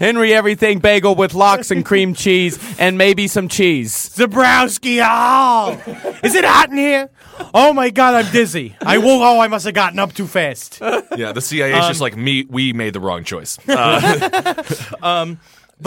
Henry everything bagel with lox and cream cheese and maybe some cheese. Zabrowski, oh! Is it hot in here? Oh my god, I'm dizzy. I woke, oh, I must have gotten up too fast. Yeah, the CIA is Um, just like me. We made the wrong choice. Uh,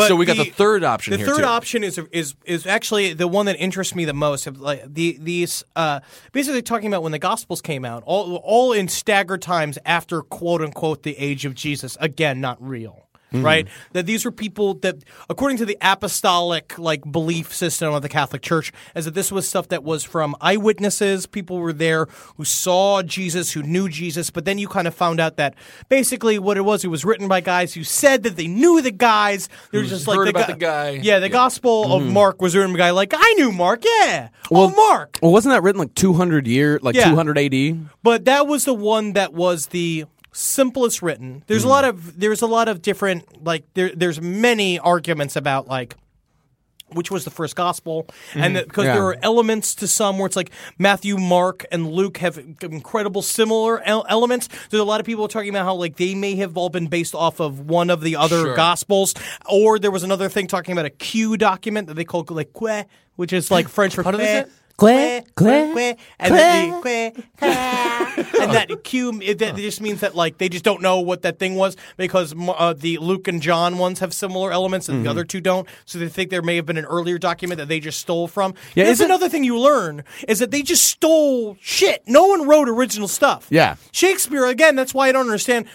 so we got the, third option. The here third too. option is is is actually the one that interests me the most. Of, Like the these uh, basically talking about when the Gospels came out, all all in staggered times after quote unquote the age of Jesus. Again, not real. Hmm. Right, that these were people that, according to the apostolic like belief system of the Catholic Church, is that this was stuff that was from eyewitnesses. People were there who saw Jesus, who knew Jesus, but then you kind of found out that basically what it was, it was written by guys who said that they knew the guys. They were just like heard the about guy- the guy. Mm-hmm. yeah, the Gospel of Mark was written by a guy like I knew Mark. Yeah, oh Mark. Well, wasn't that written like 200 year, like Yeah. 200 AD? But that was the one that was the simplest written. There's a lot of there's a lot of different like there there's many arguments about like which was the first gospel and that because Yeah. there are elements to some where it's like Matthew, Mark and Luke have incredible similar el- elements. There's a lot of people talking about how like they may have all been based off of one of the other gospels or there was another thing talking about a Q document that they call like que which is like French for How do they say it? Que, que, que, and then the que, que, and that Q it, that just means that like they just don't know what that thing was because mo- uh, the Luke and John ones have similar elements Mm-hmm. and the other two don't, so they think there may have been an earlier document that they just stole from. Yeah, that's isn't- another thing you learn is that they just stole shit. No one wrote original stuff. Yeah. Shakespeare again. That's why I don't understand.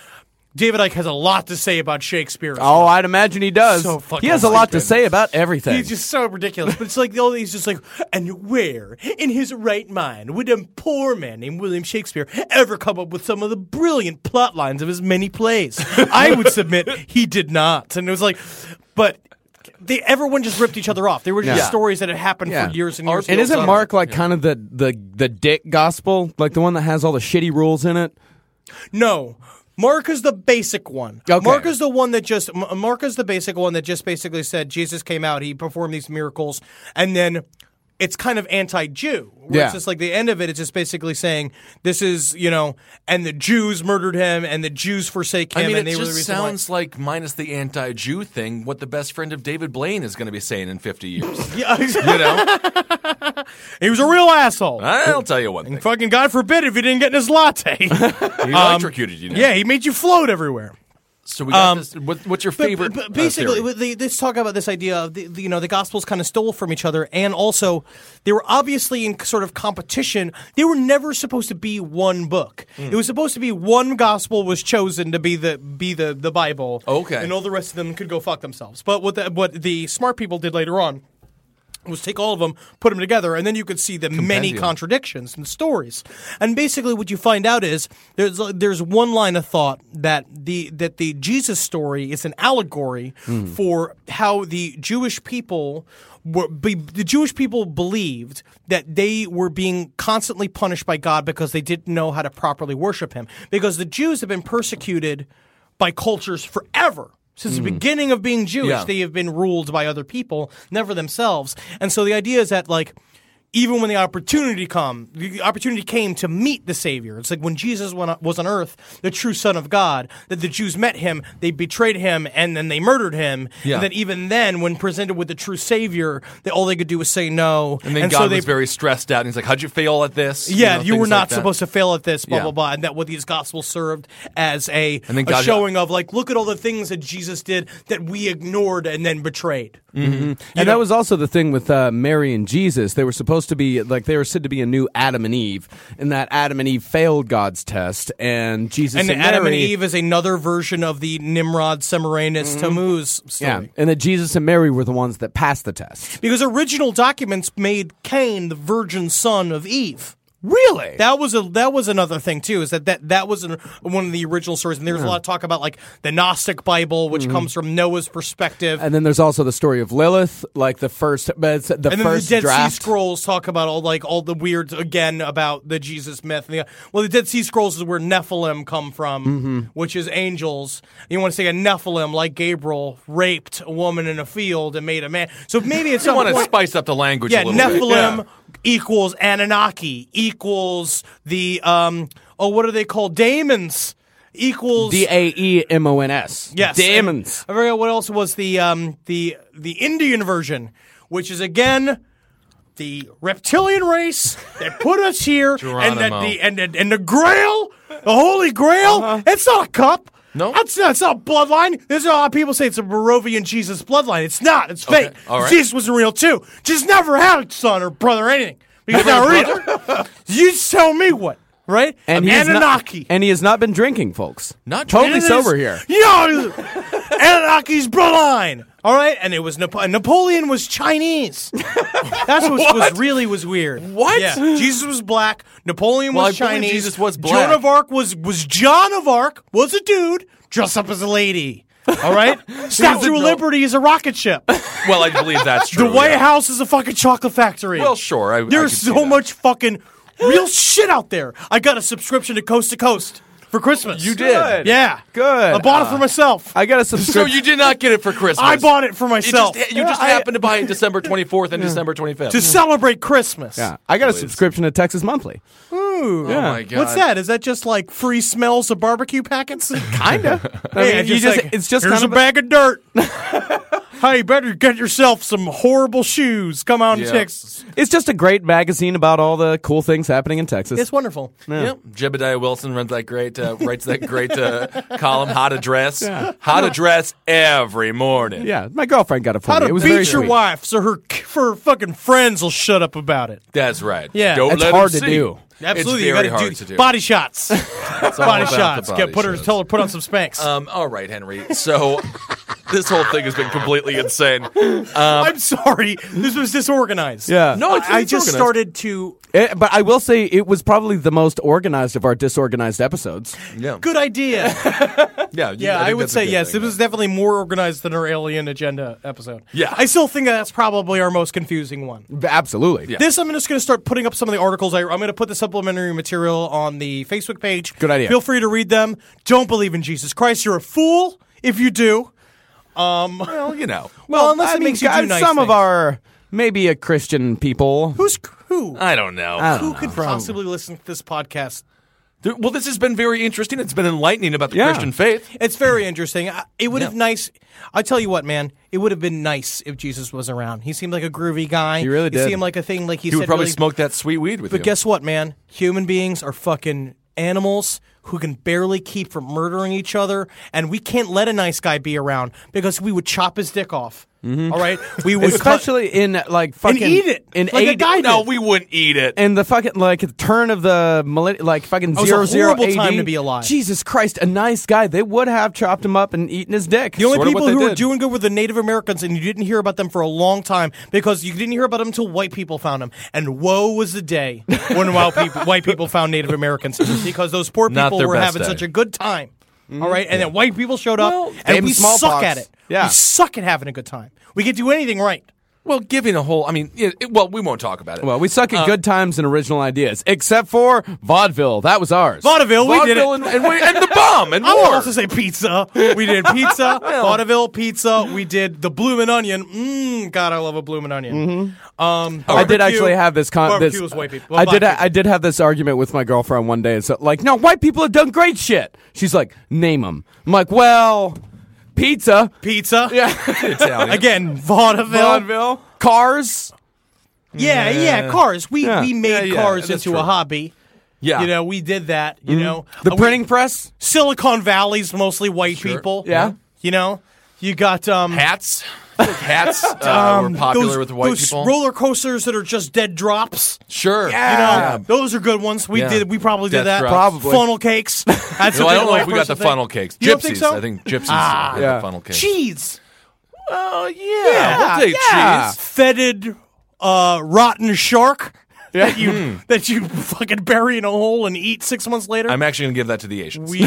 David Ike has a lot to say about Shakespeare. Oh, I'd imagine he does. So he fucking has a lot to stupid. say about everything. He's just so ridiculous. But it's like the old he's just like, and where in his right mind would a poor man named William Shakespeare ever come up with some of the brilliant plot lines of his many plays? I would submit he did not. And it was like, but they everyone just ripped each other off. They were just Yeah. stories that had happened Yeah. for years and years. and isn't ago. Mark like kind of the, the the dick gospel, like the one that has all the shitty rules in it? No. Mark is the basic one. Okay. Mark is the one that just M- Mark is the basic one that just basically said Jesus came out, he performed these miracles, and then it's kind of anti-Jew. where Yeah. It's just like the end of it. It's just basically saying this is you know, and the Jews murdered him, and the Jews forsake him, I mean, and it they were the just reason why. sounds like, minus the anti-Jew thing, what the best friend of David Blaine is going to be saying in 50 years. you know? He was a real asshole. I'll tell you one thing. And fucking God forbid if he didn't get in his latte. He electrocuted you. Now. Um, yeah, he made you float everywhere. So we got this. What, what's your Um, But- favorite? But, but uh, basically, theory? with the, let's talk about this idea of the, the- you know the Gospels kind of stole from each other, and also they were obviously in sort of competition. They were never supposed to be one book. Hmm. It was supposed to be one Gospel was chosen to be the be the the Bible. Okay. and all the rest of them could go fuck themselves. But what the, what the smart people did later on. Was take all of them, put them together, and then you could see the many Compendium. contradictions and stories. And basically, what you find out is there's there's one line of thought that the that the Jesus story is an allegory for how the Jewish people were be, the Jewish people believed that they were being constantly punished by God because they didn't know how to properly worship Him because the Jews have been persecuted by cultures forever. Since the beginning of being Jewish, Mm. Yeah. they have been ruled by other people, never themselves. And so the idea is that, like, even when the opportunity come, the opportunity came to meet the Savior. It's like when Jesus went, on- was on earth, the true Son of God, that the Jews met him, they betrayed him, and then they murdered him. Yeah. And that even then, when presented with the true Savior, that all they could do was say no. and then God was very stressed out, and he's like, "How'd you fail at this?" Yeah, know, things you were like not that. supposed to fail at this, blah Yeah. blah blah, and that what these gospels served as a, And then a God- showing of like, look at all the things that Jesus did that we ignored and then betrayed. Mm-hmm. And that was also the thing with uh, Mary and Jesus. They were supposed to be like they were said to be a new Adam and Eve, and that Adam and Eve failed God's test, and Jesus And and, Adam Mary, and Eve is another version of the Nimrod, Semiramis, Mm-hmm. Tammuz story. yeah, and that Jesus and Mary were the ones that passed the test. Because original documents made Cain the virgin son of Eve. Really? That was a that was another thing too. Is that that, that was an, one of the original stories, and there was a lot of talk about like the Gnostic Bible, Mm-hmm. which comes from Noah's perspective, and then there's also the story of Lilith, like the first, but it's the and then first the Dead draft. Sea Scrolls talk about all like all the weird again about the Jesus myth. And the, well, the Dead Sea Scrolls is where Nephilim come from, Mm-hmm. which is angels. You want to say a Nephilim like Gabriel raped a woman in a field and made a man. So maybe it's You want someone. to spice up the language yeah, a little bit. Nephilim equals Anunnaki equals the um oh what are they called demons equals D A E M O N S. Yes, Demons. and I forget what else was the um, the the Indian version, which is again the reptilian race that put us here, and that Geronimo. Uh-huh. the and, and and the Grail, the Holy Grail. It's not a cup. No. that's not, it's not a bloodline. There's a lot of people say it's a Barovian Jesus bloodline. It's not. It's fake. all right. Jesus wasn't real too. Jesus never had a son or brother or anything. Because it's not real. you tell me what, right? he has not- Anunnaki. and he has not been drinking, folks. Not totally drinking. sober here. Yo, Anunnaki's bloodline. All right, and it was Napo- Napoleon was Chinese. That's what, was really was weird. What? Yeah. Jesus was black. Napoleon Well, was I believe Chinese. Jesus was Joan black. of Arc was was John of Arc was a dude dressed up as a lady. All right, Statue of Liberty is a rocket ship. The Well, I believe that's true. White yeah. House is a fucking chocolate factory. Well, sure. I, I There's could see so that. Eh. much fucking real shit out there. I got a subscription to Coast to Coast for Christmas. You did. Good. Yeah. Good. Ah. I bought it for myself. I, I got a So subscription. you did not get it for Christmas. bought it for It just, myself you just happened to buy it December 24th and December 25th. to celebrate Christmas. yeah, I got a subscription to Texas Monthly. Ooh. oh my God. What's that? Is that just like free smells of barbecue packets? Kinda. I Yeah, mean, you just, like, it's just here's kind of a bag of dirt. hey, better get yourself some horrible shoes. Come on, Yeah. Texas. It's just a great magazine about all the cool things happening in Texas. It's wonderful. Yep. Jebediah Wilson runs that great, uh, writes that great uh, column, How to Dress. How to Dress every morning. yeah, my girlfriend got it for How me. to it was very beat your sweet. wife so her for her fucking friends will shut up about it. That's right. Yeah. Don't That's let 'em hard to see. do. Absolutely, it's very you gotta hard do, to do. body shots. It's all body about the shots. body Get put her shots. tell her put on some spanks. Um, all right, Henry. So this whole thing has been completely insane. I'm sorry, this was disorganized. Yeah. No, it's- I it's just organized. started to It- but I will say it was probably the most organized of our disorganized episodes. Yeah. good idea. Yeah. you- Yeah, think I, would that's a say good yes. thing. It was definitely more organized than our Alien Agenda episode. Yeah. I still think that's probably our most confusing one. Absolutely. This I'm just going to start putting up some of the articles. I, I'm going to put the supplementary material on the Facebook page. Good idea. Feel free to read them. Don't believe in Jesus Christ. You're a fool if you do. Well, you know. Well, unless I it mean, makes you do guys, nice some of things. our maybe a Christian people. Who's who? I don't know. I don't who know. could possibly listen to this podcast? Th- well, this has been very interesting. It's been enlightening about the Yeah. Christian faith. It's very interesting. I- It would have nice. I tell you what, man. It would have been nice if Jesus was around. He seemed like a groovy guy. He really He did. seemed like a thing. Like he, He would said probably really- smoke that sweet weed with But you. guess what, man? Human beings are fucking animals who can barely keep from murdering each other, and we can't let a nice guy be around because we would chop his dick off. All right, we would cut- Especially in like fucking eat it, in like a eight- guy no, did. we wouldn't eat it. in the fucking like at the turn of the millennium, like fucking was a zero zero horrible time AD. to be alive. Jesus Christ, a nice guy. They would have chopped him up and eaten his dick. The only Sort of what people they who were did. doing good were the Native Americans, and you didn't hear about them for a long time because you didn't hear about them until white people found them. And woe was the day when white people, white people found Native Americans because those poor Not people their were best having day. such a good time. All right, and then white people showed up, Mm-hmm. Well, and same we smallpox. suck at it. Yeah. We suck at having a good time. We could do anything right. well, giving a whole. I mean, it, it- well, we won't talk about it. Well, we suck Uh, at good times and original ideas, except for vaudeville. That was ours. Vaudeville, we did it. Vaudeville and, and, we- and the bomb and I war. would also say pizza. We did pizza, vaudeville pizza. We did the bloomin' onion. Mmm, God, I love a bloomin' onion. Um, Mm-hmm. I did barbecue. actually have this. Con- barbecue this is white people. I Black did. people. I did have this argument with my girlfriend one day. It's like, no, white people have done great shit. She's like, name them. I'm like, well, pizza, pizza. Italian. Again, vaudeville. vaudeville, cars. Yeah, yeah, cars. We Yeah. we made Yeah, yeah, cars that's into a true. hobby. Yeah. Mm-hmm. You know, we did that. You know, The Uh, we- printing press? Silicon Valley's mostly white people. Yeah. You know, you got um, hats. I think hats uh, were popular those, with white those people. roller coasters that are just dead drops. sure. You know, Yeah. those are good ones. We Yeah. did. We probably Death did that. drops. Probably. funnel cakes. That's Well, a I big don't know white if we got the person thing. funnel cakes. You gypsies. don't think so? Ah. I think gypsies had yeah. the funnel cakes. Cheese, Oh yeah. We'll take yeah. cheese. fetid, uh, rotten shark that Hmm. you that you fucking bury in a hole and eat six months later. I'm actually gonna give that to the Asians. we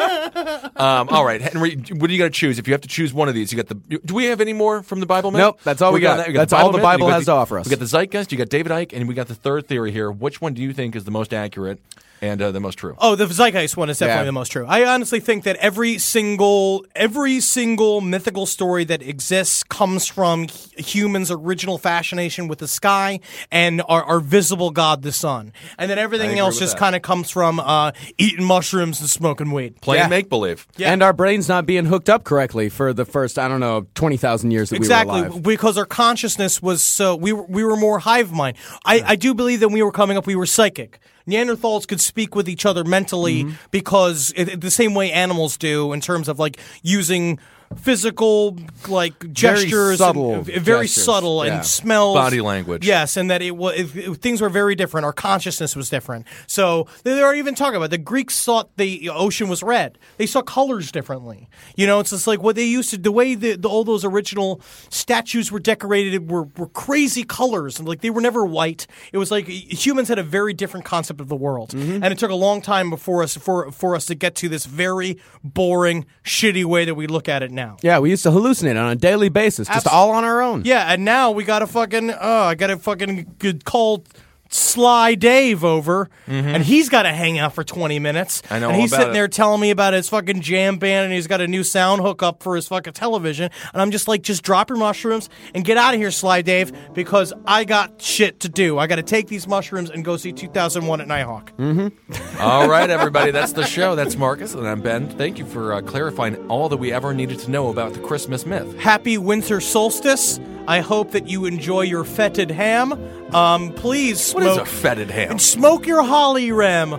Um, all right, Henry, what do you got to choose? If you have to choose one of these, you got the. Do we have any more from the Bible? Man? Nope, that's all we We're good got. on that. That's all the Man, Bible you got has the- to offer us. We got the Zeitgeist. You got David Icke, and we got the third theory here. Which one do you think is the most accurate and uh, the most true? Oh, the zeitgeist one is definitely Yeah. the most true. I honestly think that every single every single mythical story that exists comes from hu- humans' original fascination with the sky and our, our visible god, the sun, and then everything else with just that. kind of comes from uh, eating mushrooms and smoking weed. Plain yeah. make believe. Yeah. And our brains not being hooked up correctly for the first, I don't know, 20,000 years that Exactly, we were alive. because our consciousness was so we were, we were more hive mind. I, I do believe that when we were coming up, we were psychic. Neanderthals could speak with each other mentally Mm-hmm. because it, it- the same way animals do in terms of like using physical like gestures, subtle and, very gestures, subtle, yeah. and smells, Body language. Yes, and that it was things were very different. Our consciousness was different. So they they are even talking about the Greeks thought the ocean was red. They saw colors differently. You know, it's just like what they used to the way the, the all those original statues were decorated were were crazy colors and like they were never white. It was like humans had a very different concept of the world, Mm-hmm. and it took a long time before us for for us to get to this very boring, shitty way that we look at it now. Yeah, we used to hallucinate on a daily basis, just Abs- all on our own. Yeah, and now we got to fucking. Oh, I got to fucking good call Sly Dave over, and he's got to hang out for twenty minutes. Mm-hmm. I know And all he's about sitting it. there telling me about his fucking jam band, and he's got a new sound hookup for his fucking television. And I'm just like, just drop your mushrooms and get out of here, Sly Dave, because I got shit to do. I got to take these mushrooms and go see 2001 at Nighthawk. Mm. all right, everybody, that's the show. That's Marcus, and I'm Ben. Thank you for uh, clarifying all that we ever needed to know about the Christmas myth. Happy winter solstice. I hope that you enjoy your fetid ham. Um, please What is smoke a fetid ham? and smoke your holly ram.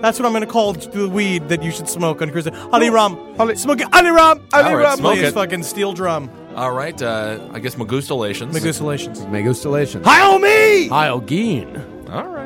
That's what I'm going to call the weed that you should smoke on Christmas. Holly ram. Holly. Smoke it. Holly ram. Holly All right, ram. smoke Please it. fucking steel drum. All right, uh, I guess Magustalations. Magusulations. Megustalations. Hail me! Heil Geen. All right.